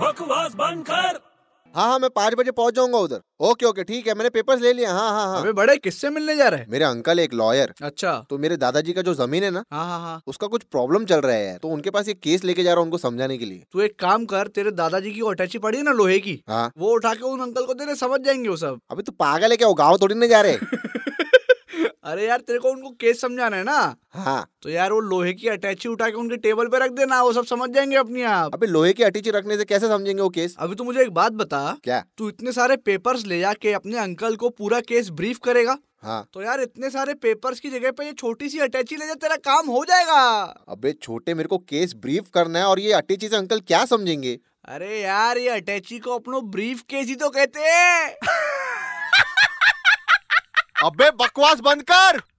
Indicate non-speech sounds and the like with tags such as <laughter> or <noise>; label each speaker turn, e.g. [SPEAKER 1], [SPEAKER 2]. [SPEAKER 1] बकवास बंद कर
[SPEAKER 2] हाँ हाँ मैं पाँच बजे पहुंच जाऊंगा उधर ओके ओके ठीक है मैंने पेपर्स ले लिया हाँ हाँ हाँ
[SPEAKER 3] अबे बड़े किससे मिलने जा रहे हैं
[SPEAKER 2] मेरे अंकल एक लॉयर
[SPEAKER 3] अच्छा
[SPEAKER 2] तो मेरे दादाजी का जो जमीन है ना
[SPEAKER 3] हाँ हाँ हाँ
[SPEAKER 2] उसका कुछ प्रॉब्लम चल रहा है यार तो उनके पास ये केस लेके जा रहा हूँ उनको समझाने के लिए
[SPEAKER 3] तू एक काम कर तेरे दादाजी की वो अटैची पड़ी है ना लोहे की
[SPEAKER 2] हाँ
[SPEAKER 3] वो उठा के उन अंकल को तेरे समझ जाएंगे वो <laughs> सब
[SPEAKER 2] अबे तू पागल है क्या वो गाँव थोड़ी नहीं जा <laughs> रहे
[SPEAKER 3] अरे यार तेरे को उनको केस समझाना है ना
[SPEAKER 2] हाँ
[SPEAKER 3] तो यार वो लोहे की अटैची उठा के उनके टेबल पे रख देना वो सब समझ जाएंगे अपने आप
[SPEAKER 2] अबे लोहे की अटीची रखने से कैसे समझेंगे वो केस
[SPEAKER 3] अभी तू मुझे एक बात बता
[SPEAKER 2] क्या
[SPEAKER 3] तू इतने सारे पेपर्स ले जाके अपने अंकल को पूरा केस ब्रीफ करेगा
[SPEAKER 2] हाँ
[SPEAKER 3] तो यार इतने सारे पेपर्स की जगह पे ये छोटी सी अटैची ले जा तेरा काम हो जाएगा
[SPEAKER 2] अबे छोटे मेरे को केस ब्रीफ करना है और ये अटीची से अंकल क्या <laughs> समझेंगे
[SPEAKER 3] अरे यार ये अटैची को अपनो ब्रीफ केस ही तो कहते हैं
[SPEAKER 2] अबे बकवास बंद कर